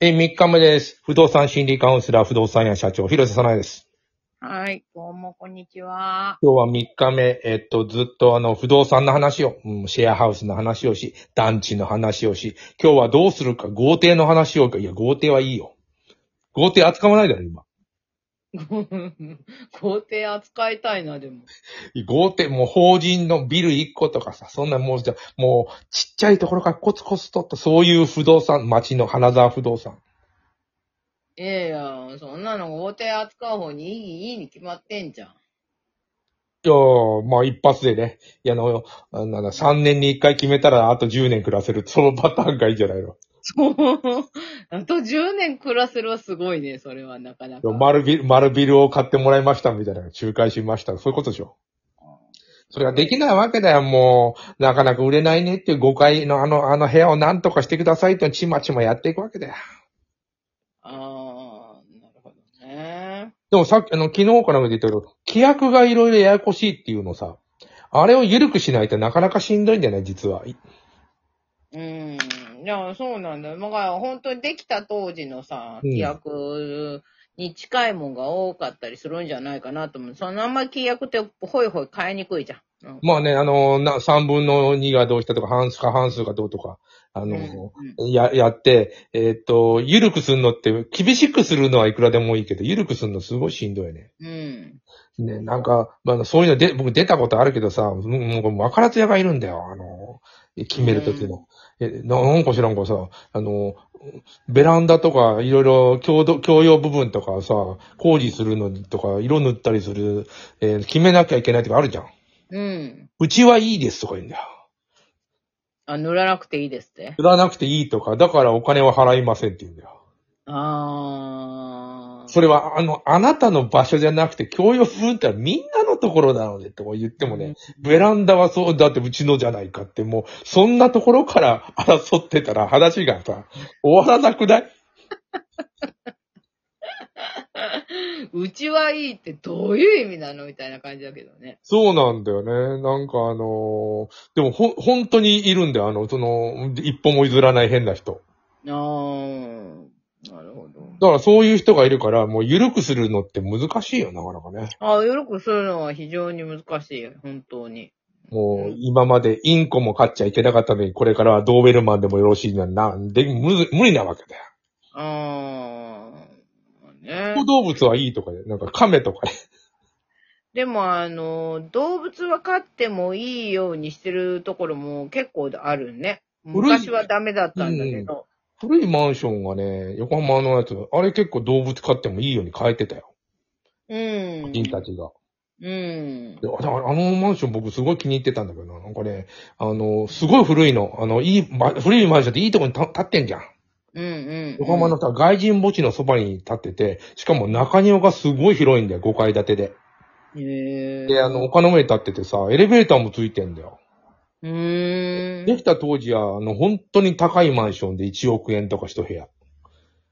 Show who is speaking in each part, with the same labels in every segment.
Speaker 1: え、3日目です。不動産心理カウンセラー、不動産屋社長、広瀬さなえです。
Speaker 2: はい、どうも、こんにち は。
Speaker 1: 今日は3日目、えっと、ずっとあの、不動産の話を、うん、シェアハウスの話をし、団地の話をし、今日はどうするか、豪邸の話を、いや、豪邸はいいよ。豪邸扱わないだろ、今。
Speaker 2: 皇帝扱いたいな、でも。
Speaker 1: 豪邸、もう法人のビル1個とかさ、そんなもうじゃ、もう、ちっちゃいところからコツコツとって、そういう不動産、町の花沢不動産。
Speaker 2: いやいや、そんなの皇帝扱う方にいい、いいに決まってんじゃん。
Speaker 1: いやーまあ一発でね。いや、あの、あなんだ、3年に1回決めたらあと10年暮らせる。そのパターンがいいんじゃないの。
Speaker 2: そう。 あと10年暮らせるはすごいね、それはなかなか。
Speaker 1: 丸ビル、丸ビルを買ってもらいましたみたいな。仲介しました。そういうことでしょ。それができないわけだよ、もう。なかなか売れないねっていう誤解のあの、あの部屋をなんとかしてくださいってちまちまやっていくわけだよ。
Speaker 2: あー、なるほどね。
Speaker 1: でもさっき、あの、昨日から見て言ったけど、規約がいろいろややこしいっていうのさ、あれを緩くしないとなかなかしんどいんだよね、実は。
Speaker 2: うん。いや、そうなんだよ。まあ、本当にできた当時のさ、
Speaker 1: うん
Speaker 2: 規約に近いもんが多かったりするんじゃないかなと思う。そのあんまり規約ってほいほい変えにくいじゃん。うん。
Speaker 1: まあね、あの、な、3分の2がどうしたとか、半数か半数がどうとか、あの、
Speaker 2: うん
Speaker 1: や、やって、えーっと、緩くするのって、厳しくするのはいくらでもいいけど、緩くするのすごいしんどいね。
Speaker 2: うん。
Speaker 1: ね、なんか、まあ、そういうので、僕出たことあるけどさ、もう、もう、分からず屋がいるんだよ、あの、決めるときの。え、ななんか知らんかさ、あの、ベランダとか、いろいろ、共同、共用部分とかさ、工事するのとか、色塗ったりする、えー決めなきゃいけないとかあるじゃん。
Speaker 2: うん。
Speaker 1: うちはいいですとか言うんだよ。
Speaker 2: あ、塗らなくていいですって。
Speaker 1: 売らなくていいとか、だからお金は払いませんって言うんだよ。
Speaker 2: あー。
Speaker 1: それは、あの、あなたの場所じゃなくて、共用分ってのはみんなのところなのでって言ってもね、ベランダはそう、だってうちのじゃないかって、もう、そんなところから争ってたら話がさ、終わらなくないう
Speaker 2: ちはいいってどういう意味なのみたいな感じだけどね。
Speaker 1: そうなんだよね。なんかあのーでもほん、本当にいるんだよ。あの、その、一歩も譲らない変な人。
Speaker 2: あー。なるほど。
Speaker 1: だからそういう人がいるから、もう緩くするのって難しいよ、なかなかね。
Speaker 2: あー、よくするのは非常に難しい。本当に。
Speaker 1: もう、今までインコも飼っちゃいけなかったのに、これからはドーベルマンでもよろしいな、なんで、むず無理なわけだよ。
Speaker 2: あー。ね
Speaker 1: 小。動物はいいとかで、なんか亀とかね。
Speaker 2: でも、あの、動物は飼ってもいいようにしてるところも結構あるね。
Speaker 1: 古い
Speaker 2: 昔はダメだったんだけど。
Speaker 1: 古いマンションがね、横浜のやつ、あれ結構動物飼ってもいいように変えてたよ。
Speaker 2: うん。
Speaker 1: 人たちが。
Speaker 2: うん。
Speaker 1: でだからあのマンション僕すごい気に入ってたんだけどな。なんかね、あの、すごい古いの。あの、いい、ま古いマンションっていいとこにた立ってんじゃん。
Speaker 2: うんうん。
Speaker 1: 横浜のさ、外人墓地のそばに立ってて、しかも中庭がすごい広いんだよ、5階建てで。
Speaker 2: へえ。
Speaker 1: で、あの、丘の上に立っててさ、エレベーターもついてんだよ。
Speaker 2: うーん。
Speaker 1: できた当時は、あの、本当に高いマンションで1億円とか一部屋。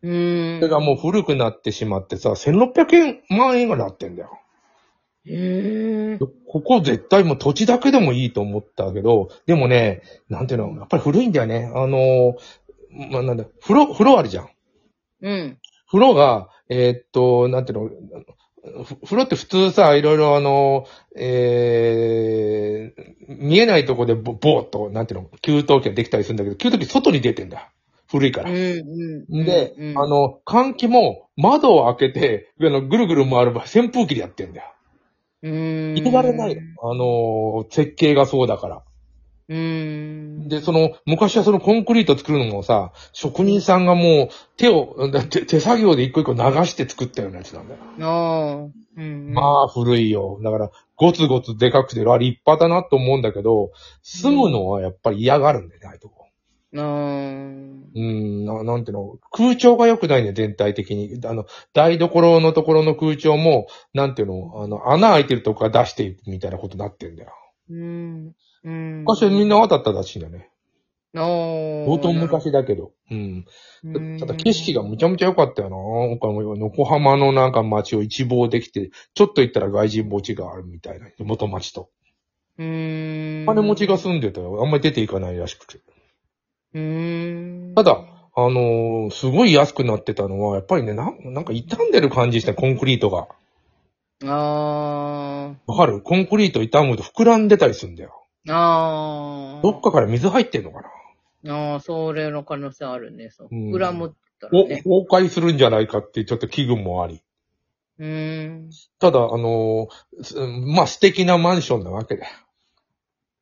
Speaker 2: うーん。
Speaker 1: それがもう古くなってしまってさ、1600円、万円がなってんだよ。
Speaker 2: へえ。
Speaker 1: ここ絶対もう土地だけでもいいと思ったけど、でもね、なんていうの、やっぱり古いんだよね。あのー、まあ、なんだ、風呂、風呂あるじゃん。
Speaker 2: うん。
Speaker 1: 風呂が、えーっと、なんていうの、ふ風呂って普通さ、いろいろあの、えー、見えないとこでぼぼーっと、なんていうの、給湯器ができたりするんだけど、給湯器外に出てんだ。古いか
Speaker 2: うん
Speaker 1: ら。
Speaker 2: うん。うん
Speaker 1: で、
Speaker 2: うん、
Speaker 1: あの、換気も窓を開けて、あのぐるぐる回る扇風機でやってんだよ。
Speaker 2: うーん。
Speaker 1: いられないの。あの、設計がそうだから。
Speaker 2: うーん。
Speaker 1: で、その、昔はそのコンクリート作るのもさ、職人さんがもう手を、だ手手作業で一個一個流して作ったようなやつなんだよ。
Speaker 2: ああ。うん。あ。
Speaker 1: まあ、古いよ。だから、ゴツゴツでかくて、あ、立派だなと思うんだけど、住むのはやっぱり嫌がるんだよね、ああいうとこ。
Speaker 2: あー
Speaker 1: うん、ななんていうの、空調が良くないね、全体的に。あの、台所のところの空調も、なんていうの、あの、穴開いてるとこから出していくみたいなことになってんだよ。
Speaker 2: うん。うん。
Speaker 1: 昔はみんな当たったらしいんだね。
Speaker 2: あー
Speaker 1: 相当昔だけど。うん。
Speaker 2: うん
Speaker 1: ただ景色がむちゃむちゃ良かったよな。なんか横浜のなんか街を一望できて、ちょっと行ったら外人墓地があるみたいな、元町と。
Speaker 2: うーん。
Speaker 1: お金持ちが住んでたよ。あんまり出ていかないらしくて。
Speaker 2: うーん。
Speaker 1: ただ、あのーすごい安くなってたのは、やっぱりね、なんなんか傷んでる感じした、コンクリートが。
Speaker 2: あ
Speaker 1: わかるコンクリート傷むと膨らんでたりするんだよ。
Speaker 2: あ。ああ。
Speaker 1: どっかから水入ってんのかな
Speaker 2: ああ、それの可能性あるね。そう。
Speaker 1: うん
Speaker 2: 膨らむって言った
Speaker 1: お
Speaker 2: らね。
Speaker 1: 崩壊するんじゃないかっていうちょっと危惧もあり。
Speaker 2: うーん。
Speaker 1: ただ、あのーすまあ、素敵なマンションなわけで。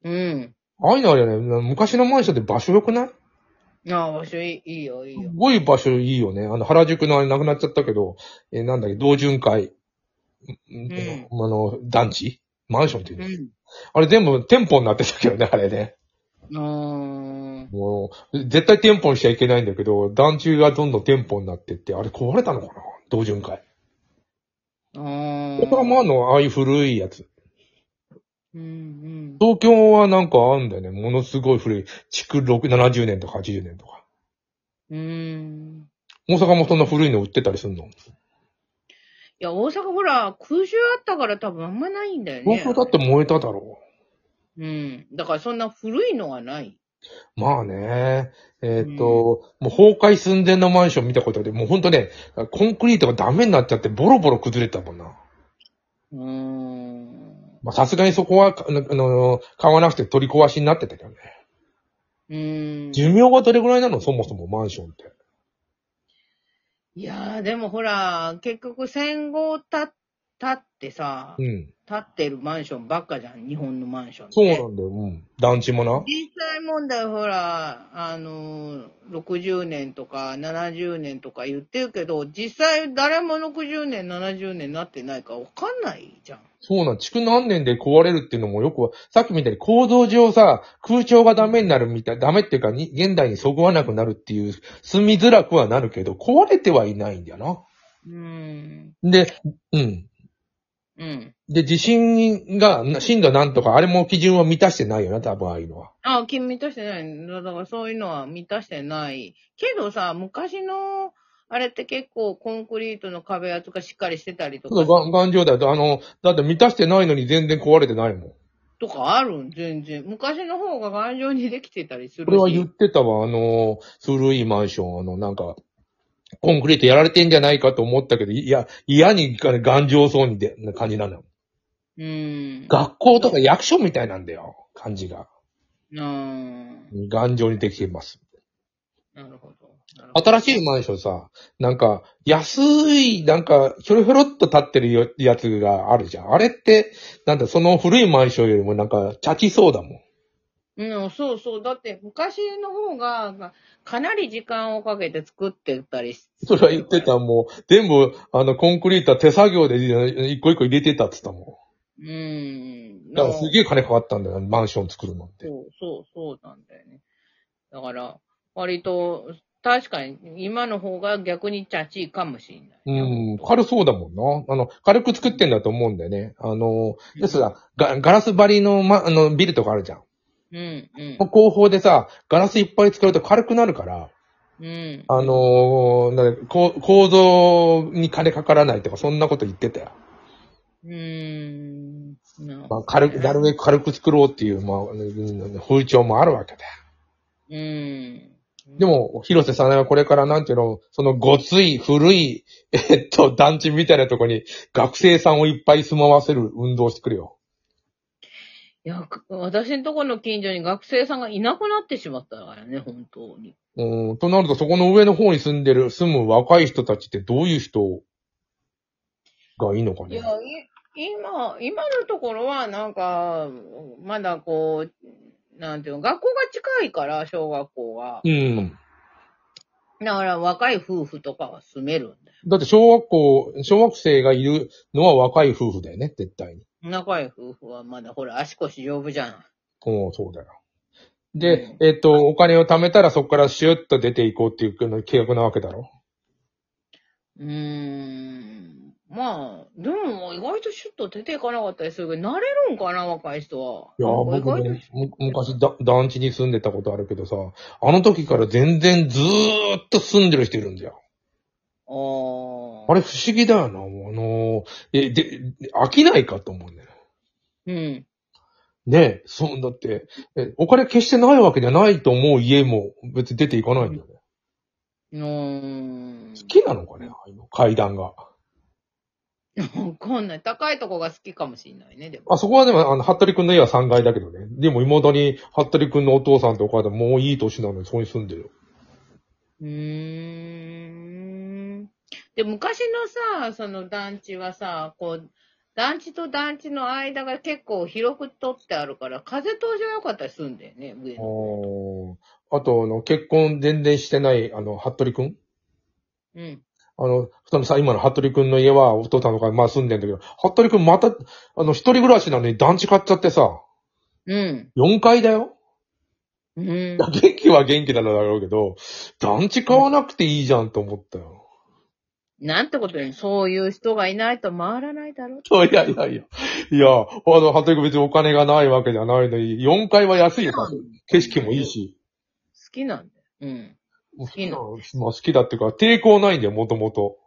Speaker 2: うん。
Speaker 1: ああいうのはね、昔のマンションって場所良くない
Speaker 2: ああ、場所いいいいよ、いい
Speaker 1: す
Speaker 2: よ。
Speaker 1: ごい場所いいよね。あの、原宿のあれなくなっちゃったけど、えーなんだっけ、同潤会、うん
Speaker 2: ん
Speaker 1: あの、団地マンションっていう
Speaker 2: う
Speaker 1: の、
Speaker 2: ん。
Speaker 1: あれ全部店舗になってたけどね、あれね。
Speaker 2: あ
Speaker 1: もう、絶対店舗にしちゃいけないんだけど、団地がどんどん店舗になってって、あれ壊れたのかな同潤会。
Speaker 2: あ。ああ。
Speaker 1: これからもあんの、ああいう古いやつ。
Speaker 2: うん
Speaker 1: 東京はなんかあんだよね。ものすごい古い。築6 70年とか80年とか。
Speaker 2: うん。うん。
Speaker 1: 大阪もそんな古いの売ってたりすんの
Speaker 2: いや、大阪ほら、空襲あったから多分あんまないんだよね。
Speaker 1: 東京だって燃えただろ
Speaker 2: うん。だからそんな古いのはない。
Speaker 1: う。まあね。えっ、と、もう崩壊寸前のマンション見たことある。もうほんとね、コンクリートがダメになっちゃってボロボロ崩れてたもんな。
Speaker 2: うーん。
Speaker 1: まあさすがにそこは、あのあの、買わなくて取り壊しになってたけどね。
Speaker 2: うーん。
Speaker 1: 寿命がどれぐらいなのそもそもマンションって。
Speaker 2: いやー、でもほら、結局戦後た、たってさ、
Speaker 1: うん。
Speaker 2: 建ってるマンションばっかじゃん、日本のマンションって。
Speaker 1: そうなんだよ。うん。団地もな。
Speaker 2: 実際問題ほら、あの、60年とか70年とか言ってるけど、実際誰も60年、70年なってないからわかんないじゃん。
Speaker 1: そうなん、築何年で壊れるっていうのもよくわ、さっきみたいに構造上さ、空調がダメになるみたい、ダメっていうかに、現代にそぐわなくなるっていう、住みづらくはなるけど、壊れてはいないんだよ
Speaker 2: うーん。
Speaker 1: な。で、うん。
Speaker 2: うん。
Speaker 1: で、地震が、な震度なんとか、あれも基準は満たしてないよな、多分ああいうのは。
Speaker 2: あ、君満たしてない。だからそういうのは満たしてない。けどさ、昔の、あれって結構コンクリートの壁厚がしっかりしてたりと
Speaker 1: ちょっとが
Speaker 2: か、
Speaker 1: 頑丈だよ。あの、だって満たしてないのに全然壊れてないもん。
Speaker 2: とかあるん、全然。昔の方が頑丈にできてたりするし。
Speaker 1: これは言ってたわ、あの、古いマンション、あの、なんか、コンクリートやられてんじゃないかと思ったけど、いや、嫌にあの頑丈そうにで、な感じなのよ。
Speaker 2: うん。
Speaker 1: 学校とか役所みたいなんだよ、感じが。
Speaker 2: うん。
Speaker 1: 頑丈にできています。
Speaker 2: なるほど。なるほど
Speaker 1: 新しいマンションさ、なんか、安い、なんか、ひょろひょろっと立ってるよやつがあるじゃん。あれって、なんだ、その古いマンションよりもなんか、チャチそうだもん。
Speaker 2: うん、そうそう。だって昔の方が、まあかなり時間をかけて作ってたりし
Speaker 1: それは言って。た、もう、全部、あの、コンクリートは手作業で一個一個入れてたって言ったもん。
Speaker 2: うん。
Speaker 1: だからす
Speaker 2: え。
Speaker 1: げえ金かかったんだよ、マンション作るのって。
Speaker 2: そうそう、そうなんだよね。だから、割と、確かに今の方が逆にチャチいかもしれない。
Speaker 1: うん、軽そうだもんな。あの、軽く作ってんだと思うんだよね。あの、ですら、ガガラス張りの、ま、あの、ビルとかあるじゃん。
Speaker 2: うん、うん
Speaker 1: 後方でさ、ガラスいっぱい使うと軽くなるから、。
Speaker 2: うん。
Speaker 1: あのーなんだこう構造に金かからないとか、そんなこと言ってたよ。
Speaker 2: うーん。な
Speaker 1: まあ、軽く、なるべく軽く作ろうっていう、まあうん、風潮もあるわけだよ。
Speaker 2: うん。
Speaker 1: で、も、広瀬さんはこれからなんていうの、そのごつい古い、えっと、団地みたいなとこに学生さんをいっぱい住まわせる運動してくれよ。
Speaker 2: いや、く私のとこの近所に学生さんがいなくなってしまったからね、本当に。
Speaker 1: うん、となるとそこの上の方に住んでる、住む若い人たちってどういう人がいいのか
Speaker 2: い
Speaker 1: ね。
Speaker 2: や、い今、今のところは、なんか、まだこう、なんていうの、学校が近いから、小学校が。
Speaker 1: うん。
Speaker 2: だから、若い夫婦とかは住めるんだよ。
Speaker 1: だって小学校、小学生がいるのは若い夫婦だよね、絶対に。
Speaker 2: 仲いい夫婦はまだ、ほら、足腰丈夫じゃん。
Speaker 1: うん、そうだよ。で、えっと、お金を貯めたらそこからシュッと出ていこうっていう契約なわけだろ。
Speaker 2: うーん。まあ、でも、意外とシュッと出ていかなかったりするけど、慣れるんかな、若い人は。
Speaker 1: いやー、
Speaker 2: なんか
Speaker 1: 僕
Speaker 2: 意外と
Speaker 1: ね、む昔だ団地に住んでたことあるけどさ、あの時から全然ずーっと住んでる人いるんだよ。
Speaker 2: ああ。
Speaker 1: あれ不思議だよな、もうあのーえ、で、で飽きないかと思うんだよね。
Speaker 2: うん。
Speaker 1: ねえ、そう、だって、え、お金決してないわけじゃないと思う家も別に出ていかないんだよね。
Speaker 2: うーん。
Speaker 1: 好きなのかね、ああいうの階段が。
Speaker 2: わかんない。高いとこが好きかもしれないね、でも。
Speaker 1: あそこはでも、あの、服部くんの家は3階だけどね。でも、未だに、服部くんのお父さんとお母さんもういい歳なのにそこに住んでるよ。
Speaker 2: うーん。で、昔のさ、その団地はさ、こう、団地と団地の間が結構広く取ってあるから、風通しが良かったりするんだよね、上の。
Speaker 1: あーあと、あの、結婚全然してない、あの、服部くん
Speaker 2: うん。
Speaker 1: あの、そのさ、今の服部くんの家はお父さんとか、まあ住んでんだけど、服部くんまた、あの、一人暮らしなのに団地買っちゃってさ、
Speaker 2: うん。
Speaker 1: 4階だよ。
Speaker 2: うん。
Speaker 1: 元気は元気なんだろうけど、団地買わなくていいじゃんと思ったよ。
Speaker 2: なんてことに、そういう人がいないと回らないだろう。
Speaker 1: いやいやいや。いや、あの、服部くん別にお金がないわけじゃないのに、4階は安いよ。
Speaker 2: 好
Speaker 1: 景色もいいし。
Speaker 2: きなんだよ。う
Speaker 1: 好
Speaker 2: ん。きな
Speaker 1: のまあ好きだっていうか、抵抗ないんだよ、もともと。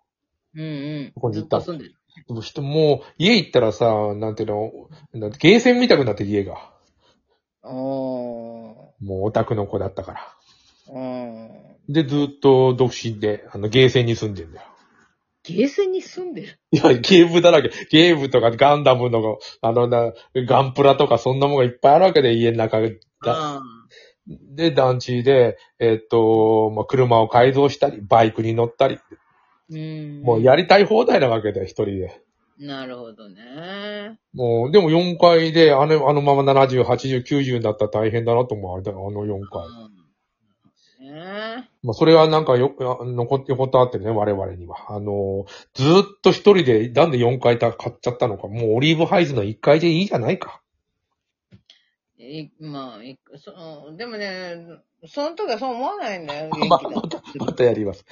Speaker 2: うん
Speaker 1: ここ
Speaker 2: うん。
Speaker 1: に
Speaker 2: ず
Speaker 1: 行
Speaker 2: っ
Speaker 1: った
Speaker 2: と住んでる。
Speaker 1: でも人もう、家行ったらさ、なんていうの、なんてゲーセンみたくなって家が。
Speaker 2: おー。
Speaker 1: もうオタクの子だったから。
Speaker 2: うん。
Speaker 1: で、ずっと独身で、あの、ゲーセンに住んでんだよ。
Speaker 2: ゲーセンに住んでる。
Speaker 1: いや、ゲームだらけ。ゲームとかガンダムの、あのな、ガンプラとかそんなもんがいっぱいあるわけで、家の中で。
Speaker 2: あ
Speaker 1: で、団地で、えっと、まあ、車を改造したり、バイクに乗ったり、
Speaker 2: うん。
Speaker 1: もうやりたい放題なわけだよ、一人で。
Speaker 2: なるほどね。
Speaker 1: もう、でも4階で、あの、あのまま70、80、90になったら大変だなと思う、あれだよ、あの4階。
Speaker 2: うん。ね
Speaker 1: まあ、それはなんかよく、あ残ってことあってね、我々には。あのー、ずーっと一人で、なんで4階だ買っちゃったのか。もうオリーブハイズの1階でいいじゃないか。
Speaker 2: いまあいそ、でもね、その時はそう思わないんだよ。
Speaker 1: また、
Speaker 2: 元気だ
Speaker 1: また、またやります。